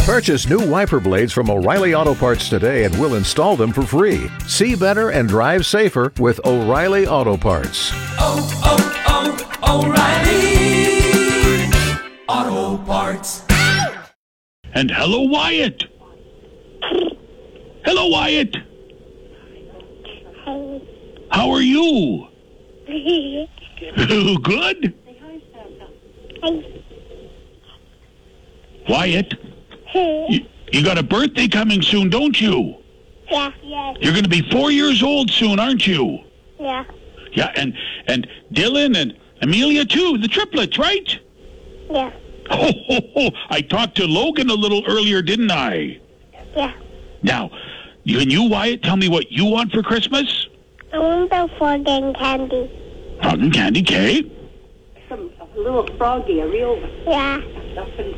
Purchase new wiper blades from O'Reilly Auto Parts today and we'll install them for free. See better and drive safer with O'Reilly Auto Parts. oh, oh, O'Reilly Auto Parts. And hello, Wyatt. Hello, Wyatt. How are you? Good. Wyatt, you, you got a birthday coming soon, don't you? Yeah. Yeah. You're going to be four years old soon, aren't you? Yeah. Yeah, and and Dylan and Amelia too, the triplets, right? Yeah. Oh, ho, ho. I talked to Logan a little earlier, didn't I? Yeah. Now, you and you, Wyatt, tell me what you want for Christmas. I want the frog and candy. Cotton candy, Kay. Some a little froggy, a real Yeah. stuff and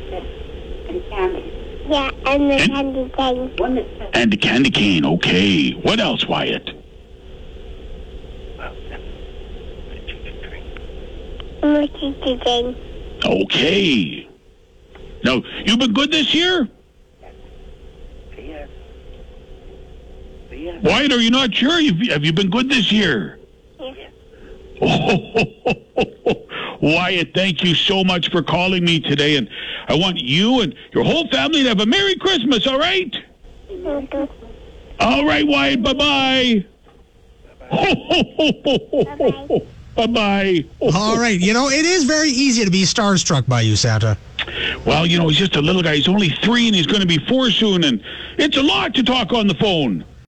and candy. Yeah. And the And- candy cane. One that says And a candy cane, okay. What else, Wyatt? And the candy cane. Okay. Now, you've been good this year? yes. Yes. Wyatt, are you not sure? You've, have you been good this year? Yeah. Wyatt, thank you so much for calling me today. And I want you and your whole family to have a Merry Christmas, all right? Okay. All right, Wyatt, bye bye. Bye bye. All right. You know, it is very easy to be starstruck by you, Santa. Well, you know, he's just a little guy. He's only three and he's going to be four soon. And it's a lot to talk on the phone.